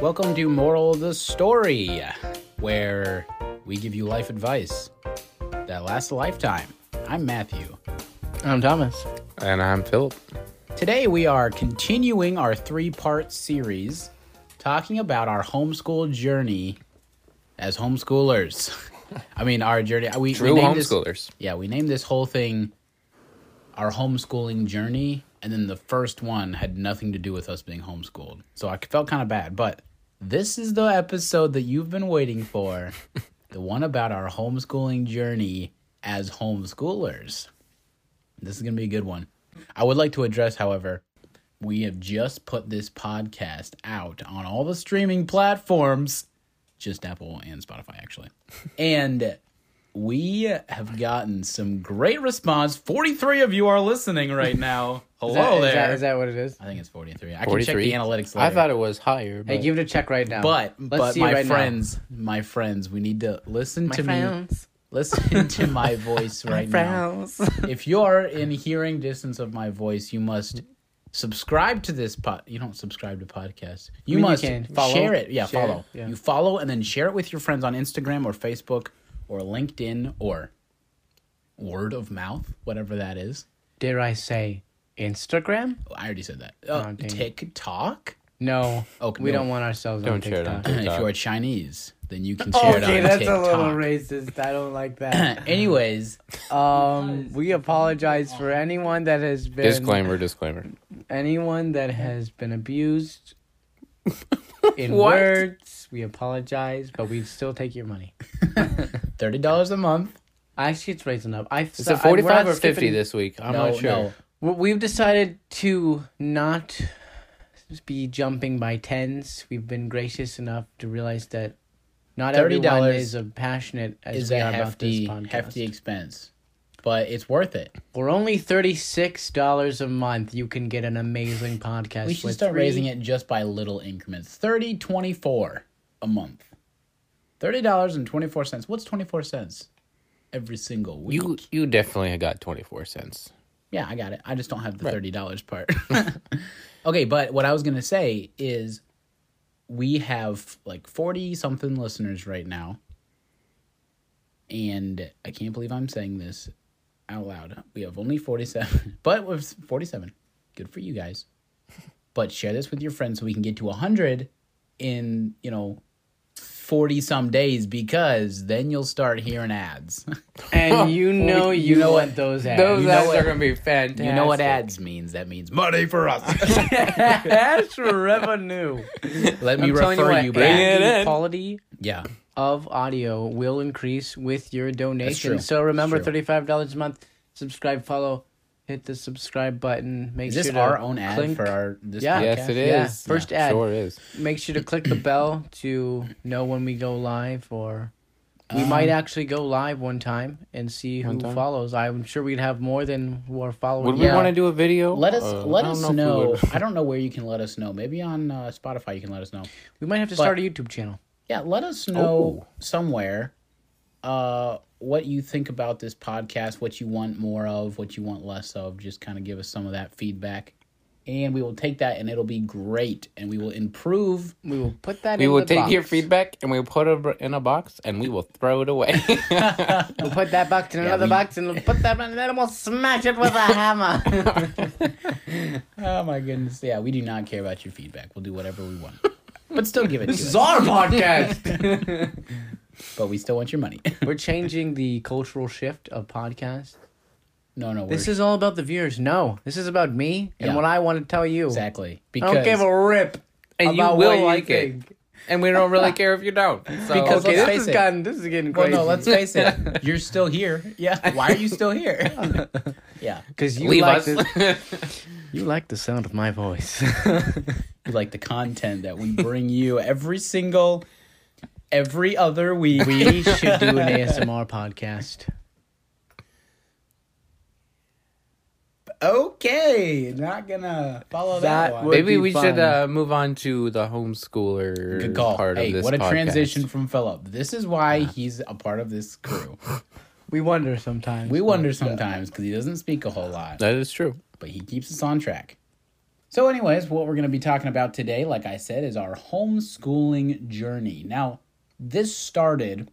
Welcome to Moral of the Story, where we give you life advice that lasts a lifetime. I'm Matthew. I'm Thomas. And I'm Philip. Today we are continuing our three part series talking about our homeschool journey as homeschoolers. I mean, our journey. We, we True named this- homeschoolers. yeah, we named this whole thing our homeschooling journey, and then the first one had nothing to do with us being homeschooled. So I felt kind of bad, but this is the episode that you've been waiting for the one about our homeschooling journey as homeschoolers. This is going to be a good one. I would like to address, however, we have just put this podcast out on all the streaming platforms, just Apple and Spotify, actually. And we have gotten some great response. 43 of you are listening right now. Is Hello that, there. is that- is that what it is? I think it's 43. I can check the 43? analytics later. I thought it was higher. Hey, But, it- give it a check right now. but Let's but see my right now. friends, my friends, we need to listen to me. friends. Listen to my voice right now. Friends. If you're in hearing distance of my voice, you must subscribe to this pod. You don't subscribe to podcasts. You mean, you must can follow- share it. Yeah, share it, follow. yeah. You follow and then share it with your friends on Instagram or Facebook or LinkedIn or word of mouth, whatever that is. dare I say Instagram? Oh, I already said that. Uh, Oh, dang. TikTok. No, Okay, we Oh, no. don't want ourselves on Don't share TikTok. it on If TikTok. you are Chinese, then you can share it on okay, that's TikTok. a little racist. I don't like that. Anyways, um, we apologize for anyone that has been Disclaimer, disclaimer. anyone that has been abused in What? words. We apologize, but we still take your money. thirty dollars a month. Actually, it's raising up. I Is it 45 or 50 this week? I'm no, not sure. no. Well, We've decided to not be jumping by tens. We've been gracious enough to realize that not everyone $30 is as passionate as Is we a are hefty, about this podcast. hefty expense, but it's worth it. For only thirty-six dollars a month, you can get an amazing podcast. We should with start three- raising it just by little increments. 30, 24 a month. Thirty dollars and twenty four cents. What's twenty four cents? Every single week. You you definitely got 24 cents. Yeah, I got it. I just don't have the thirty dollars part. okay, but what I was gonna say is, we have like forty something listeners right now, and I can't believe I'm saying this out loud. We have only forty seven, but we're forty seven. Good for you guys. But share this with your friends so we can get to hundred in you know forty some days because then you'll start hearing ads. and you know you, know want those ads. Those You ads know are going to be fantastic. you know what ads means? That means money for us. what- ads for revenue. Let me I'm telling you refer what, you, Bring back. it the in. quality Yeah. of audio will increase with your true. donation. So remember, That's true. thirty-five dollars a month. Subscribe, follow, hit the subscribe button. Make Is this sure to our own ad click- for our this Yeah. podcast? Yes, it is. Yeah, first ad. Sure is. Make sure to click the bell to know when we go live, or we Um, might actually go live one time and see who One time. follows. I'm sure we'd have more than who are following. Would now. we want to do a video? Let us Uh, let I don't us if we know. would. I don't know where you can let us know. Maybe on uh, Spotify you can let us know. We might have to start a YouTube channel. Yeah, let us know somewhere uh, what you think about this podcast, what you want more of, what you want less of. Just kind of give us some of that feedback, and we will take that, and it'll be great, and we will improve. We will put that. We in will the take your box. feedback and we will put it in a box and we will throw it away. We'll put that box in another we- box and we'll put that one, and then we'll smash it with a hammer. Oh my goodness! Yeah, we do not care about your feedback. We'll do whatever we want, but still give it to us. our podcast. But we still want your money. We're changing the cultural shift of podcasts. no, no, we're This is all about the viewers. No, this is about me and Yeah. what I want to tell you. Exactly. I Because don't give a rip and you about what will you like it. think. And we don't really care if you don't. So, Because- Okay, let's this face is it. gotten. This is getting well, crazy. no, let's face it. You're still here. Yeah. Why are you still here? yeah. because you leave like us. this. You like the sound of my voice. You like the content that we bring you every single, every other week. we should do an ASMR podcast. okay. Not gonna follow that, That one. would- Maybe be we fun. should uh, move on to the homeschooler Good call. part Hey, of this what a podcast. transition from Philip. This is why he's a part of this crew. We wonder sometimes. We wonder sometimes because he doesn't speak a whole lot, That is true. but he keeps us on track. So, anyways, what we're going to be talking about today, like I said, is our homeschooling journey. Now, this started,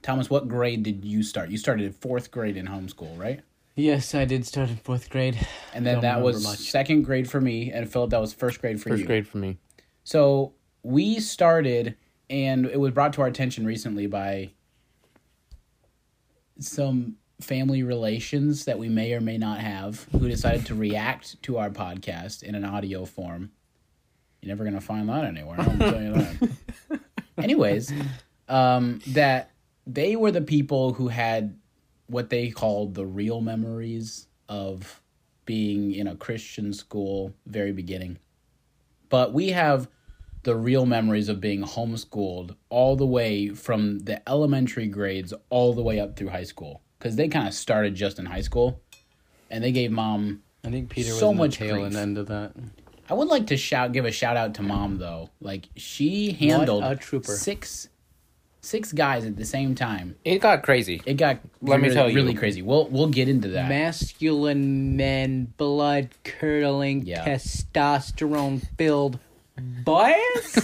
Thomas, what grade did you start? You started at fourth grade in homeschool, right? Yes, I did start in fourth grade. And then Don't that was remember much. second grade for me, and Philip, that was first grade for First you. grade for me. So we started, and it was brought to our attention recently by some family relations that we may or may not have who decided to react to our podcast in an audio form. You're never gonna find that anywhere. I'm telling you that. Anyways, um, that they were the people who had what they called the real memories of being in a Christian school very beginning but we have the real memories of being homeschooled all the way from the elementary grades all the way up through high school because they kind of started just in high school and they gave mom I think Peter So was on much the tail and grief. end of that. i would like to shout give a shout out to mom though like she handled a trooper. six six guys at the same time It got crazy. it got Let me really, tell you. really crazy we'll we'll get into that Masculine men, blood curdling, Yeah. testosterone filled boys.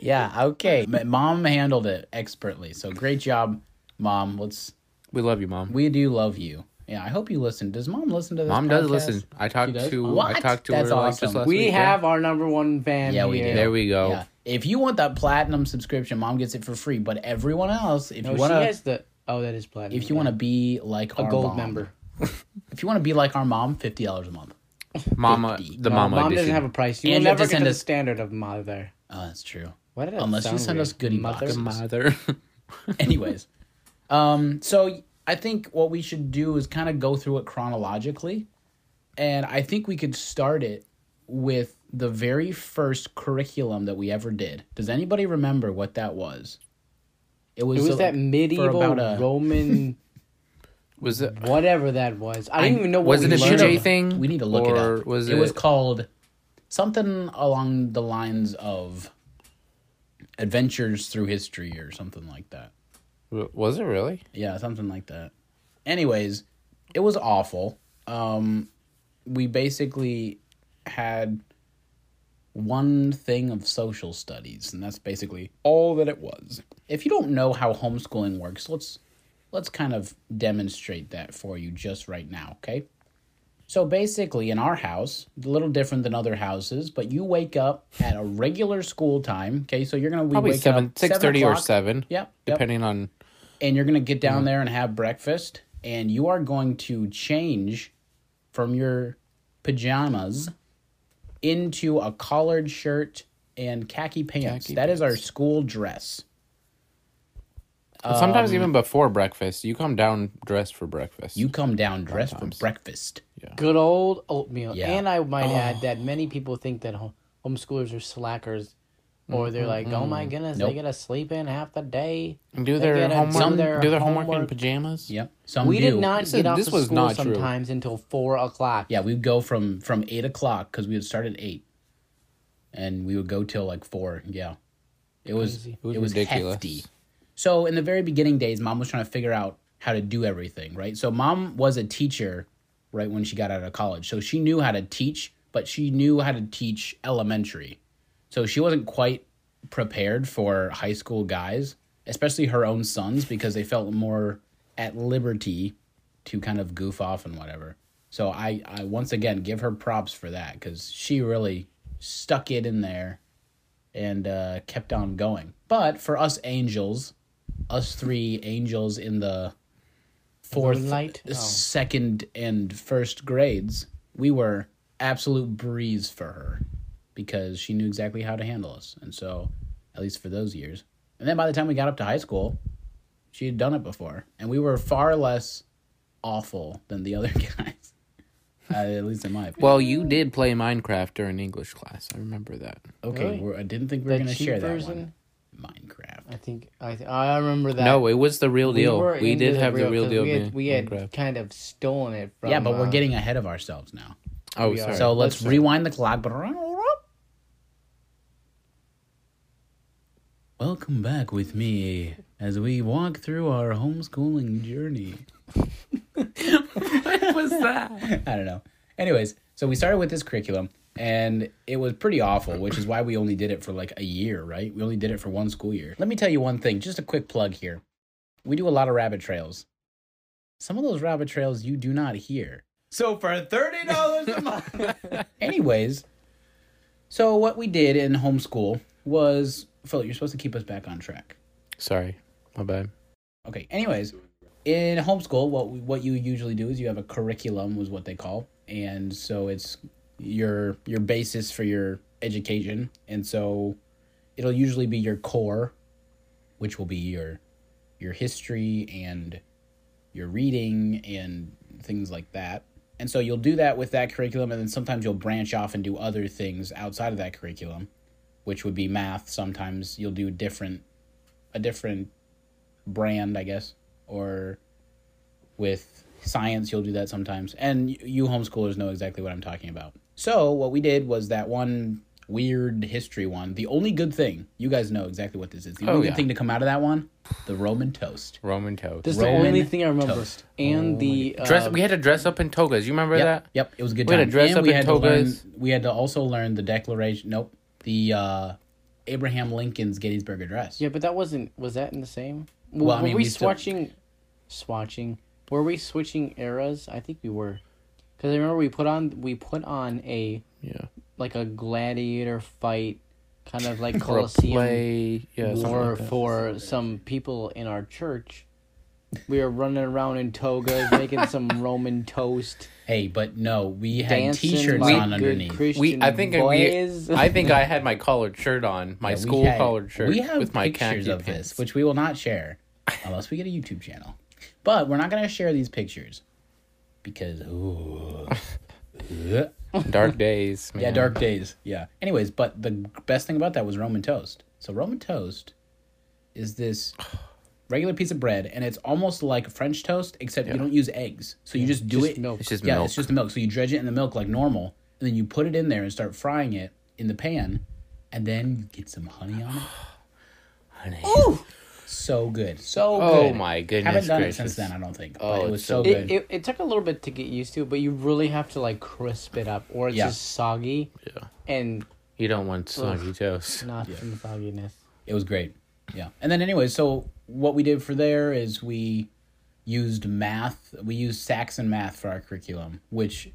yeah okay M- mom handled it expertly so great job mom let's We love you, mom. we do love you yeah i hope you listen does mom listen to this mom does podcast? listen. I talked She does? to I What? talked to That's her like, awesome. just last we week, yeah. have our number one fan Yeah, we here. do. There we go. Yeah. If you want that platinum subscription, mom gets it for free. But everyone else, if No, you she want to, has the. Oh, that is platinum. if you yeah. want to be like a our gold mom- member. if you want to be like our mom, fifty dollars a month. Mama, Fifty. the No, mama mom edition. doesn't have a price. You And will you have never to get send to the us- standard of mother. Oh, that's true. Why did that Unless you sound send weird? us goodie mother? boxes. the mother. Anyways, um, so I think what we should do is kind of go through it chronologically, and I think we could start it with the very first curriculum that we ever did. Does anybody remember what that was? was, It was uh, that for medieval about a- Roman was it? whatever that was. I didn't even know what Was it we a learned. J learned. thing? We need to look or it up. Was it, it? was called something along the lines of Adventures Through History or something like that. was it really? Yeah, something like that. Anyways, it was awful. Um, we basically had one thing of social studies, and that's basically all that it was. If you don't know how homeschooling works, let's let's kind of demonstrate that for you just right now, okay? So basically, in our house, a little different than other houses, but you wake up at a regular school time, okay? So you're gonna we Probably wake seven, up six thirty or o'clock. seven. Yep, yep depending on and you're going to get down there and have breakfast and you are going to change from your pajamas into a collared shirt and khaki pants. Khaki That is our school dress. and sometimes even before breakfast. You come down dressed for breakfast. You come down dressed for Sometimes. breakfast. Good old oatmeal. Yeah. And I Oh. might add that many people think that home- homeschoolers are slackers. Mm, Or they're like, oh my goodness, Nope. they gotta sleep in half the day. And do They their get a- homework. some- their do their homework, in homework- pajamas. Yep. Some we do. did not This get is- off this of was school not true. sometimes until four o'clock. Yeah, we'd go from from eight o'clock because we would start at eight, and we would go till like four. Yeah, it was Crazy. it It was was, ridiculous. hefty. So in the very beginning days, mom was trying to figure out how to do everything right. So mom was a teacher right when she got out of college, so she knew how to teach, but she knew how to teach elementary, so she wasn't quite prepared for high school guys, especially her own sons, because they felt more at liberty to kind of goof off and whatever. So I, I once again give her props for that because she really stuck it in there and uh, kept on going. But for us angels, us three angels in the fourth, light? Oh. second, and first grades, we were absolute breeze for her because she knew exactly how to handle us. And so, at least for those years. And then by the time we got up to high school, she had done it before, and we were far less awful than the other guys. uh, at least in my opinion. Well, you did play Minecraft during English class. I remember that. okay, really? we're, I didn't think we were The going to cheap share that version? one. Minecraft. I think I th- I remember that. no, it was the real we deal. were We, into did have the real 'cause deal. We being had, we had Minecraft. kind of stolen it from. yeah, but uh, we're getting ahead of ourselves now. Oh, we are. sorry. So let's, Let's- rewind the clock. Welcome back with me as we walk through our homeschooling journey. what was that? I don't know. Anyways, So we started with this curriculum and it was pretty awful, which is why we only did it for like a year, right? We only did it for one school year. Let me tell you one thing, just a quick plug here. We do a lot of rabbit trails. Some of those rabbit trails you do not hear. So for $30 a month. Anyways, so what we did in homeschool was Phil, you're supposed to keep us back on track. Sorry, my bad. Okay. Anyways, in homeschool, what we, what you usually do is you have a curriculum, was what they call, and so it's your your basis for your education, and so it'll usually be your core, which will be your your history and your reading and things like that. And so you'll do that with that curriculum, and then sometimes you'll branch off and do other things outside of that curriculum, which would be math. Sometimes you'll do different a different brand, I guess, or with science, you'll do that sometimes. And y- you homeschoolers know exactly what I'm talking about. So, what we did was that one weird history one, the only good thing, you guys know exactly what this is. The Oh, only good yeah. thing to come out of that one, the Roman toast. Roman toast. That's Roman the only thing I remember. toast. And the uh, dress. We had to dress up in togas. You remember um, Yep, that? yep, it was a good We had time. to dress and up we in had to learn, togas. we had to also learn the Declaration, nope, the uh, Abraham Lincoln's Gettysburg Address. yeah, but that wasn't was that in the same? W- Well, I mean, were we, we still- swatching, swatching? Were we switching eras? I think we were, because I remember we put on we put on a Yeah. like a gladiator fight, kind of like Or a Colosseum play. Yeah. something war like that. for some people in our church. We were running around in togas, making some Roman toast, Hey, but no, we had dancing t-shirts like on good underneath. Christian We. I think boys. we. I think I had my collared shirt on. My Yeah, we school had- collared shirt. We have with my pictures khaki of pants. this, which we will not share unless we get a YouTube channel. But we're not going to share these pictures because ooh, Ugh. Dark days. yeah, man. dark days. Yeah. Anyways, but the best thing about that was Roman toast. So Roman toast is this regular piece of bread, and it's almost like French toast, except you don't use eggs. So you just do Just it. milk. It's just yeah, milk. it's just the milk. So you dredge it in the milk like normal, and then you put it in there and start frying it in the pan, and then you get some honey on it. Honey. So good. So Oh good. my Haven't goodness done gracious. it since then, I don't think. Oh, but it it's was so so good. It, it, it took a little bit to get used to, but you really have to like crisp it up, or it's Yeah. just soggy Yeah. and You don't want soggy toast. not from sogginess. It was great. Yeah. And then anyway, so what we did for there is we used math. We used Saxon math for our curriculum, which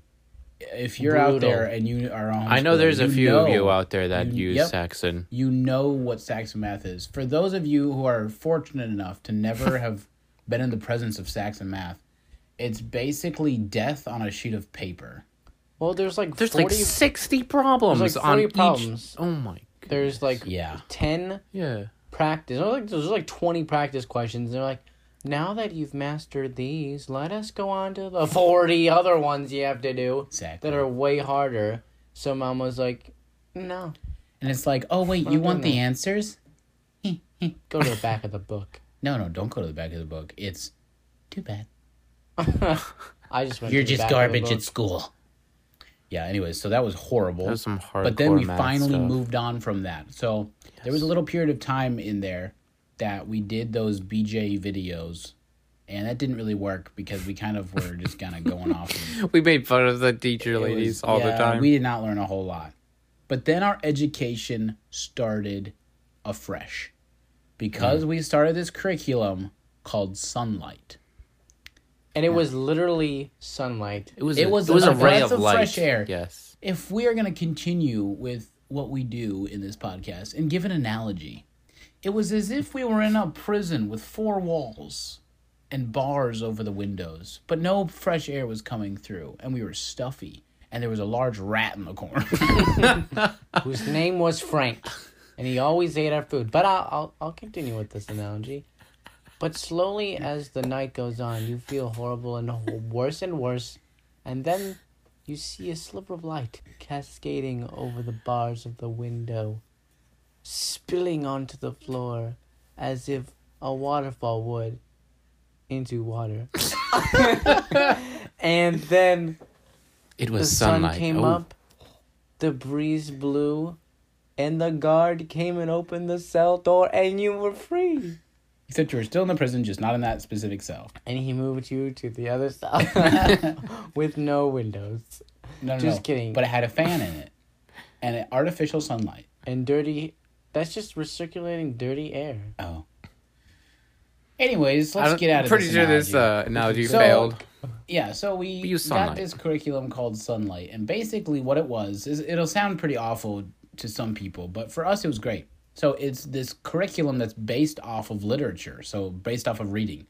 if you're out Brutal. there and you are on I know there's a few of you out there that you- use yep. Saxon. you know what Saxon math is. For those of you who are fortunate enough to never have been in the presence of Saxon math, it's basically death on a sheet of paper. Well, there's like There's 40, like 60 problems there's like on 40 each. problems. Oh my. God. there's like Yeah. ten Yeah. practice. oh, Like there's like twenty practice questions. And they're like, now that you've mastered these, let us go on to the forty other ones you have to do Exactly. that are way harder. So mom was like, no, And it's like, oh wait, you want the answers? go to the back of the book. No, no, don't go to the back of the book. It's too bad. I just went. You're to the just back of the garbage book. at school. Yeah, anyways, so that was horrible. That was some hardcore But then we math finally stuff. moved on from that. So there was a little period of time in there that we did those BJ videos, and that didn't really work because we kind of were just kind of going off. and- We made fun of the teacher it was- ladies all the yeah, time. We did not learn a whole lot. But then our education started afresh because Mm. we started this curriculum called Sunlight. And it was literally sunlight. It was It a, was it was a a ray breath of of light. fresh air. Yes. if we are going to continue with what we do in this podcast and give an analogy, it was as if we were in a prison with four walls and bars over the windows, but no fresh air was coming through, and we were stuffy, and there was a large rat in the corner. whose name was Frank, and he always ate our food. But I'll, I'll I'll continue with this analogy. But slowly, as the night goes on, you feel horrible and worse and worse, and then you see a sliver of light cascading over the bars of the window, spilling onto the floor, as if a waterfall would, into water. and then It the was sun sunlight. came Oh, up, the breeze blew, and the guard came and opened the cell door, and you were free. Except you were still in the prison, just not in that specific cell. And he moved you to the other side with no windows. No, no, Just no. kidding. But it had a fan in it, and it, artificial sunlight. and dirty. That's just recirculating dirty air. Oh. Anyways, I let's don't- get out I'm of pretty this sure analogy. this uh, analogy So- failed. Yeah, so we We use got sunlight. this curriculum called Sunlight, and basically what it was is it'll sound pretty awful to some people, but for us it was great. So it's this curriculum that's based off of literature, so based off of reading.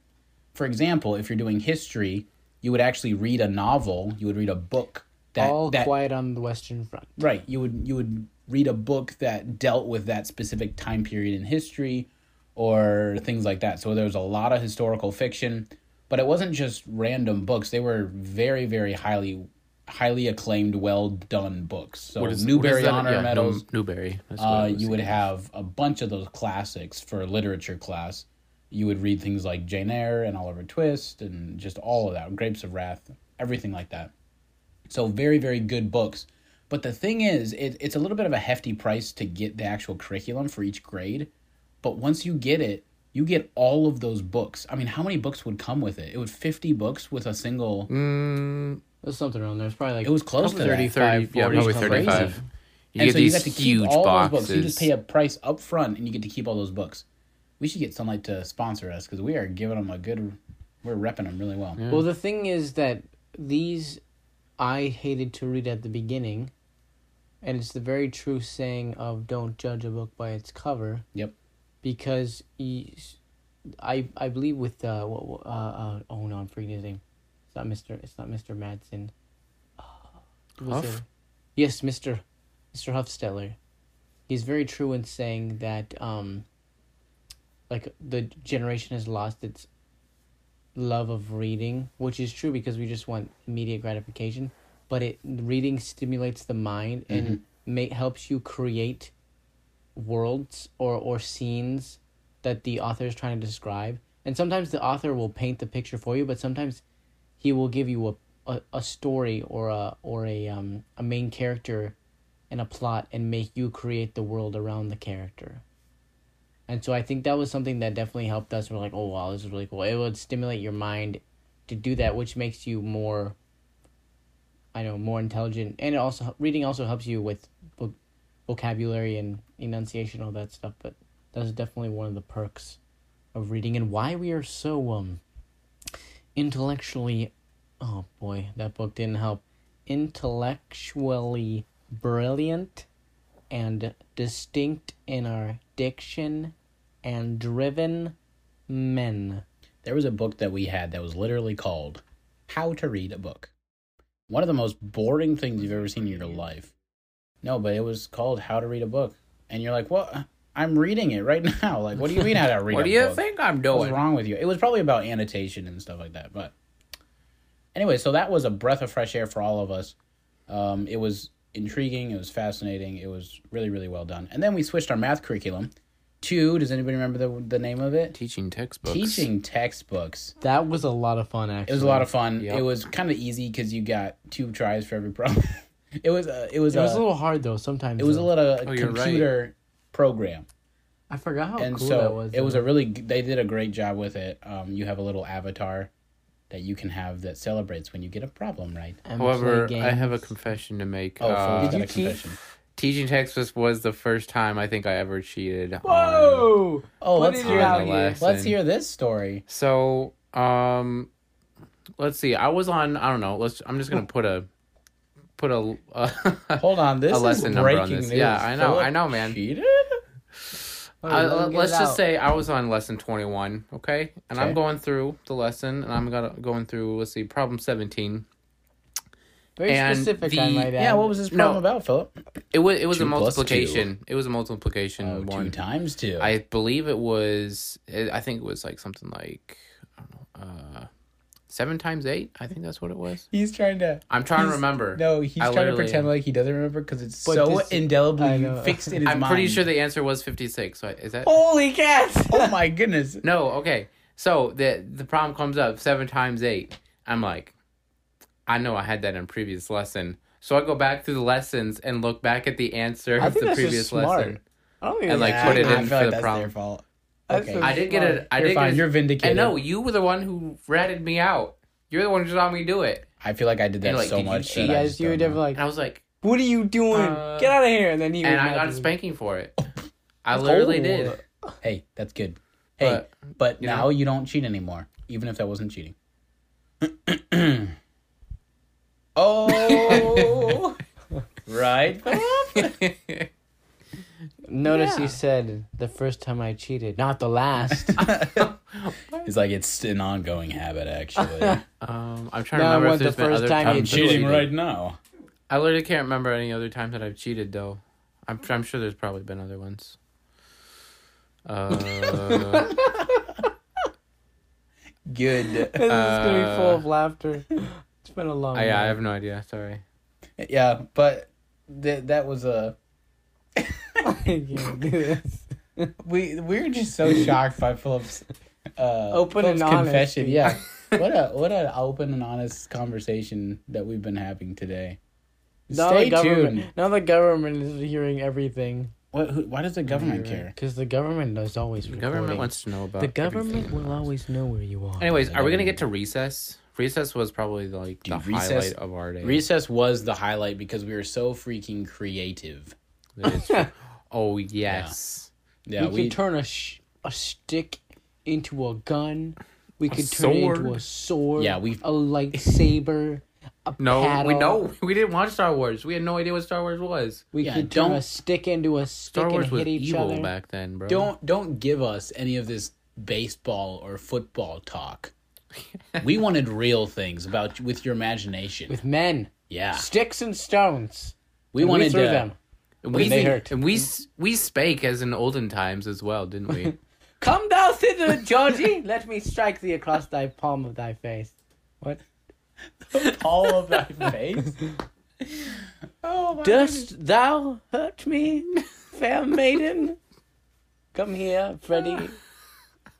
For example, if you're doing history, you would actually read a novel, you would read a book that All that quiet on the Western Front. right, you would you would read a book that dealt with that specific time period in history or things like that. So there was a lot of historical fiction, but it wasn't just random books. They were very very highly highly acclaimed, well done books. So Newbery that? Honor Yeah, medals. New- Newbery. That's what Uh, it was. you would have a bunch of those classics for a literature class. You would read things like Jane Eyre and Oliver Twist and just all of that, Grapes of Wrath, everything like that. So very, very good books. But the thing is, it, it's a little bit of a hefty price to get the actual curriculum for each grade. But once you get it, you get all of those books. I mean, how many books would come with it? It was 50 books with a single. Mm, There's something around there. It's probably like It was close to that. 30, 35, 40, yeah, probably 40, 35. crazy. You and get so you these have to keep huge all boxes. those books. You just pay a price up front, and you get to keep all those books. We should get Sunlight to sponsor us because we are giving them a good. We're repping them really well. Well, the thing is that these I hated to read at the beginning, and it's the very true saying of "Don't judge a book by its cover." Yep. Because he, I I believe with uh what what- uh, uh oh no I'm forgetting his name, it's not Mister it's not Mister Madsen. Uh, who was Huff? it? Yes, Mister, Mister Huffsteller. He's very true in saying that um. Like the generation has lost its love of reading, which is true because we just want immediate gratification, but it reading stimulates the mind and may, helps you create worlds or or scenes that the author is trying to describe. And sometimes the author will paint the picture for you, but sometimes he will give you a a, a story or a or a um a main character and a plot and make you create the world around the character. And so I think that was something that definitely helped us. We're like, oh wow, this is really cool. It would stimulate your mind to do that, which makes you more, I know, more intelligent. And it also reading also helps you with book, vocabulary and enunciation, all that stuff. But that's definitely one of the perks of reading and why we are so um intellectually. Oh boy, that book didn't help. Intellectually brilliant and distinct in our diction and driven men. There was a book that we had that was literally called "How to Read a Book." One of the most boring things you've ever seen in your life. No, but it was called "How to Read a Book," and you're like, "What? I'm reading it right now. Like, what do you mean how to read? what a do you book? think I'm What's doing? wrong with you? It was probably about annotation and stuff like that. But anyway, so that was a breath of fresh air for all of us. Um, it was intriguing. It was fascinating. It was really, really well done. And then we switched our math curriculum to, does anybody remember the, the name of it? Teaching textbooks. Teaching textbooks. That was a lot of fun, actually. It was a lot of fun. Yep. It was kind of easy because you got two tries for every problem. it was a, it was It was a a, little hard though. Sometimes it was a though. little uh, Oh, you're right. computer program I forgot how and cool so that was. uh, it was though. a really g- they did a great job with it um, you have a little avatar that you can have that celebrates when you get a problem right And play However, I games. have a confession to make. oh Uh, Phil's got Did you a teach? confession. teaching textbooks was the first time I think I ever cheated. on- Whoa! oh Put let's it hear out here. let's hear this story So, um, let's see. I was on. I don't know. Let's. I'm just gonna put a, put a. Uh, hold on this A is lesson number on breaking this. news. Yeah, I know, Philip I know, man. cheated? Oh, I, let him get let's it just out. say I was on lesson 21, okay? And Okay. I'm going through the lesson, and I'm gonna, going through, let's see, problem 17. very and specific. the- I might add. yeah what was this No. problem about philip It was, it was a Two plus two. multiplication. It was a multiplication oh, one. two times two I believe it was, it, I think it was like something like, I don't know, uh, seven times eight? I think that's what it was. he's trying to I'm trying to He's- remember. no he's I trying to literally pretend am. like he doesn't remember because it's But so this- I indelibly know. fixed in his I'm mind pretty sure the answer was 56. So is that? Holy cats! oh my goodness No, okay. So the the problem comes up seven times eight. I'm like, I know I had that in previous lesson. So I go back through the lessons and look back at the answer I of think the that's just previous smart. lesson. I don't And, even like, Yeah, put it I in feel for like the that's problem. their fault That's okay so I did get it. I You're did fine. get You're it. vindicated. And no, you were the one who ratted me out. You're the one who saw me do it. I feel like I did that You're like, so did you much. that cheat? I Yes, just you were don't know. definitely like, And I was like, "What are you doing? Uh, Get out of here!" And then he and would I got magically- a spanking for it. I literally did. Hey, that's good. Hey, but, But, you now know- you don't cheat anymore, even if that wasn't cheating. oh, right. Notice Yeah. he said the first time I cheated, not the last. It's like it's an ongoing habit, actually. um, I'm trying No, to I remember if want the there's been first other time times. you I'm I've cheating cheated. right now. I literally can't remember any other times that I've cheated though. I'm I'm sure there's probably been other ones. Uh, Good. this is gonna be full Uh, of laughter. It's been a long. I, I night. have no idea. Sorry. Yeah, but th- that was a I can't do this. we we were just so shocked by Philip's uh, Open Philip's and honest. confession. Yeah, what a what an open and honest conversation that we've been having today. Now Stay the government, tuned. Now the government is hearing everything. What? Who, why does the government care? Because the government is always. The government recording. wants to know about The government everything. will always know where you are. Anyways, are we gonna get to recess? Recess was probably like the Dude, recess- highlight of our day. Recess was the highlight because we were so freaking creative. That is true. oh yes. Yeah, we, we, could turn a sh- a stick into a gun. We could turn it into sword. a sword. Yeah, we've- a lightsaber. A No, paddle. we know we didn't watch Star Wars. We had no idea what Star Wars was. We Yeah, could turn don't- a stick into a stick Star Wars and was hit each evil other. back then, bro. don't don't give us any of this baseball or football talk. we wanted real things about with your imagination. with men, yeah, sticks and stones. Ah. we And wanted we threw to. them. we And they hurt. and we s- we spake as in olden times as well, didn't we? Come thou thither, Georgie. Let me strike thee across thy palm of thy face. What? all of thy face. Oh my Dost thou hurt me, fair maiden? Come here, Freddy.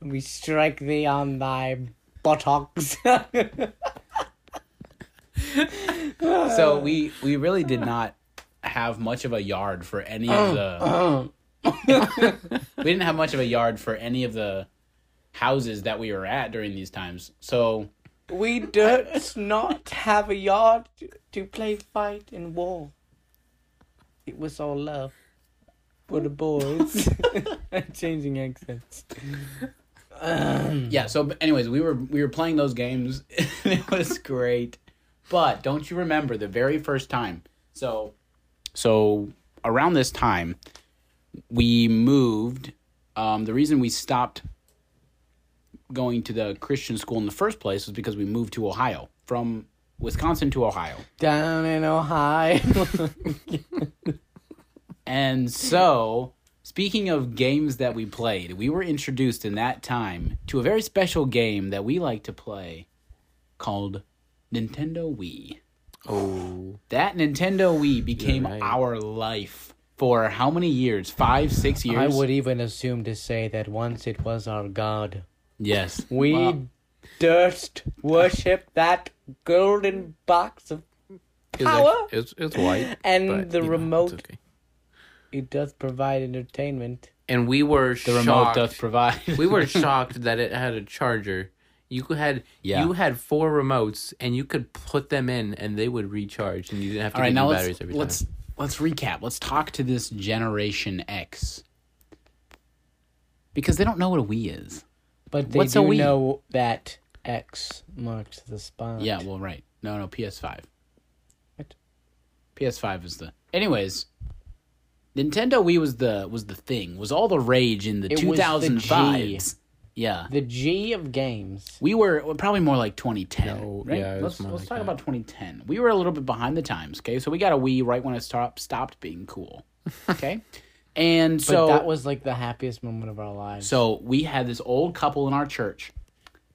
We strike thee on thy buttocks. So we we really did not have much of a yard for any of the we didn't have much of a yard for any of the houses that we were at during these times. So we durst not have a yard to, to play fight and war. It was all love for the boys. Changing accents. yeah, so but anyways, we were we were playing those games and it was great. But don't you remember the very first time? So so around this time we moved um the reason we stopped going to the Christian school in the first place was because we moved to Ohio from Wisconsin to Ohio. Down in Ohio. And so, speaking of games that we played, we were introduced in that time to a very special game that we like to play called Nintendo Wii. oh, That Nintendo Wii became right. our life for how many years? Five, six years? I would even assume to say that once it was our god. Yes. We Wow. durst worship that golden box of it was, Power. act- it was, it was white And but, the you know, it's remote. okay. it does provide entertainment. And we were The shocked. remote doth provide. we were shocked that it had a charger. You could- had Yeah. you had four remotes, and you could put them in, and they would recharge, and you didn't have to All right, get now new let's, batteries every time. let's, let's recap. Let's talk to this Generation X. Because they don't know what a Wii is. But they What's a do Wii? know that X marks the spot. Yeah, well, right. No, no, PS5. What? PS5 is the. Anyways, Nintendo Wii was the was the thing. Was all the rage in the It was the 2005s. Yeah. the G of games. We were well, probably more like 2010. No, right? yeah, it was let's more let's like talk that. about 2010. We were a little bit behind the times, okay? So we got a Wii right when it stopped stopped being cool. Okay? and But so that was like the happiest moment of our lives. so we had this old couple in our church,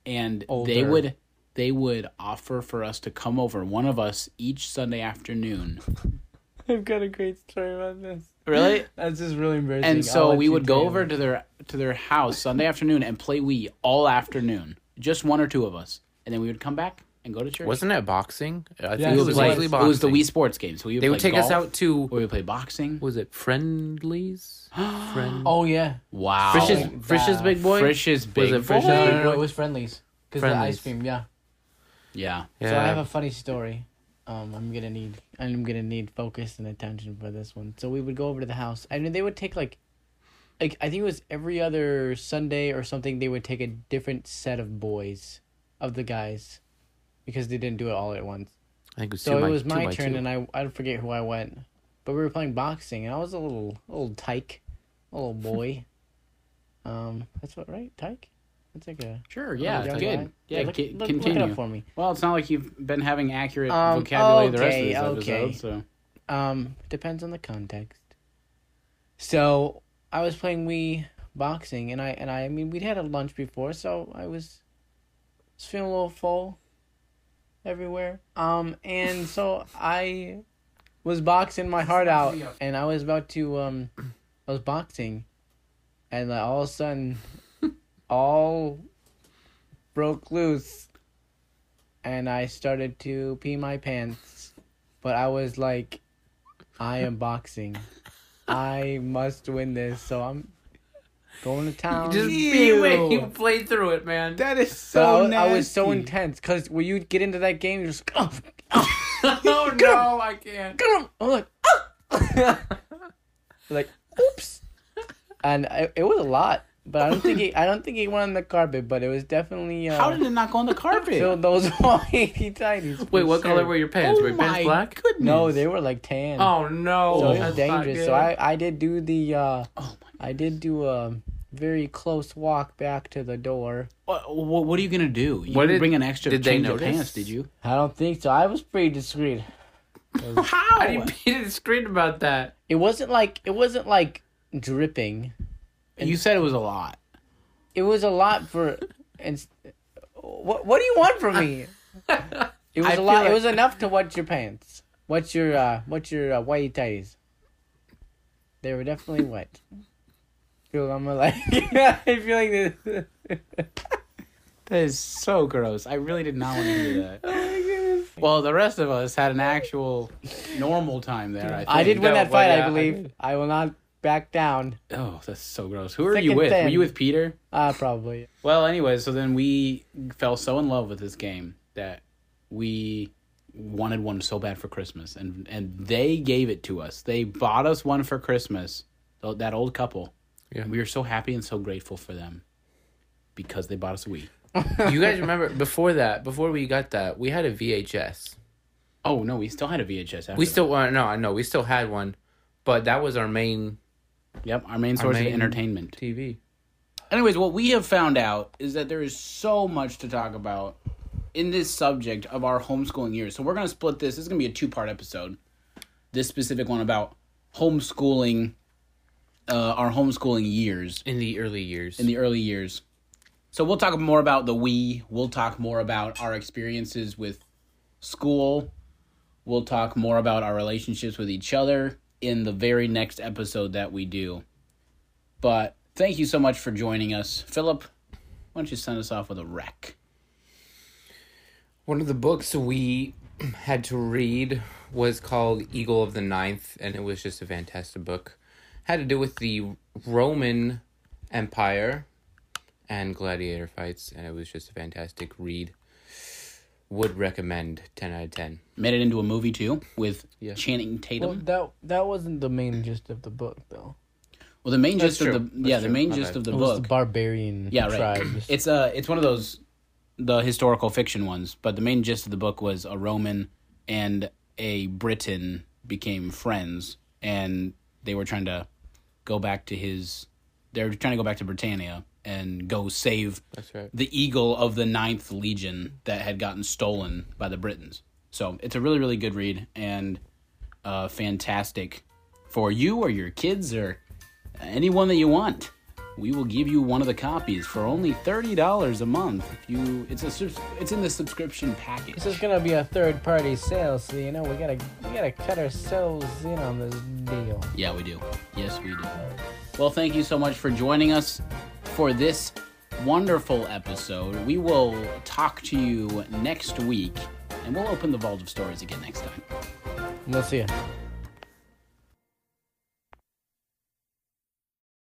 and they Older. would they would offer for us to come over, one of us each Sunday afternoon. I've got a great story about this. Really? That's just really embarrassing. And so we would go over to their to their house Sunday afternoon and play Wii all afternoon, just one or two of us, and then we would come back and go to church. Wasn't it boxing? I think Yeah, we it would was play- mostly it boxing. was the Wii sports games. We would They play would take us golf, out to or We would play boxing. was it friendlies? Friend. Oh yeah. Wow. Frish's, wow. Frisch's big boy. Frisch's big it boy. Frisch's? No, no, no, was friendlies. Because the Friendlies. ice cream, yeah. Yeah. So I have Yeah. a funny story. Um, I'm gonna need I'm gonna need focus and attention for this one. So we would go over to the house. I mean, they would take like, like I think it was every other Sunday or something. They would take a different set of boys, of the guys, because they didn't do it all at once. I think it was So two it by- was two my by turn, two. and I I forget who I went, but we were playing boxing, and I was a little little tyke, a little boy. um, that's what right tyke. That's like a Sure. Yeah. Little Good. guy. Yeah. look, c- look, continue. Look it up for me. Well, it's not like you've been having accurate Um, vocabulary the rest of okay, this okay. episode. So Um, depends on the context. So I was playing Wii boxing, and I and I, I mean we'd had a lunch before, so I was, was feeling a little full. Everywhere. Um, and so I was boxing my heart out, and I was about to um, I was boxing, and like, all of a sudden, all broke loose, and I started to pee my pants, but I was like, I am boxing, I must win this, so I'm going to town. Just be away. Ew. You played through it, man. that is But I so. wa- I, was so intense. intense because when you get into that game, you're just oh no, I can't. I'm like, "Oh." like, oops. And it, it was a lot, but I don't think he, I don't think he went on the carpet, but it was definitely uh, How did it not go on the carpet? fill those whitey tighties. Wait, what color were your pants? oh were your my pants black? goodness! No, they were like tan. Oh no, so it was that's not dangerous. good. So I, I did do the uh, Oh my! I did do a very close walk back to the door. What, what, what are you gonna do? You What didn't did- bring an extra did they change of notice? pants? Did you? I don't think so. I was pretty discreet. How? How do you be discreet about that? It wasn't like it wasn't like dripping. You said it was a lot. It was a lot for and s- what what do you want from me? It was I a feel lot. like- It was enough to wet your pants. What's your uh what's your uh, whitey tighties? They were definitely wet. Feel I'm like I feel like this. That is so gross. I really did not want to do that. Well, the rest of us had an actual normal time there. I, think. I did win No, that well, fight, yeah, I I believe. I, will not back down. Oh, that's so gross. Who are Thick you and with? Were thin. you with Peter? Uh probably. Well, anyway, so then we fell so in love with this game that we wanted one so bad for Christmas, and and they gave it to us. They bought us one for Christmas. tho- That old couple. Yeah. And we were so happy and so grateful for them because they bought us a Wii. you guys remember before that? Before we got that, we had a VHS. Oh no, we still had a VHS. After We that. still uh, no, I know we still had one, but that was our main Yep, our main source of main- entertainment. TV. Anyways, what we have found out is that there is so much to talk about in this subject of our homeschooling years. So we're going to split this. This is going to be a two part episode. This specific one about homeschooling, uh, our homeschooling years in the early years. in the early years. So we'll talk more about the we. We'll talk more about our experiences with school. We'll talk more about our relationships with each other in the very next episode that we do. But thank you so much for joining us. Philip, why don't you send us off with a wreck? One of the books we had to read was called Eagle of the Ninth, and it was just a fantastic book. Had to do with the Roman Empire and gladiator fights, and it was just a fantastic read. Would recommend 10 out of 10. Made it into a movie too with Yeah. Channing Tatum. Well, that that wasn't the main gist of the book though. the main That's gist true. of the yeah, That's the true. main My gist bad. of the It was book the barbarian Yeah, right. tribes. It's uh it's one of those the historical fiction ones, but the main gist of the book was a Roman and a Briton became friends and they were trying to go back to his they were trying to go back to Britannia and go save That's right. the eagle of the ninth legion that had gotten stolen by the Britons. So it's a really, really good read and uh, fantastic for you or your kids or anyone that you want. We will give you one of the copies for only thirty dollars a month. If you, it's a, subs- it's in the subscription package. This is gonna be a third party sale, so you know we gotta we gotta cut ourselves in on this deal. Yeah, we do. Yes, we do. Well, thank you so much for joining us for this wonderful episode. We will talk to you next week, and we'll open the Vault of Stories again next time. We'll see ya.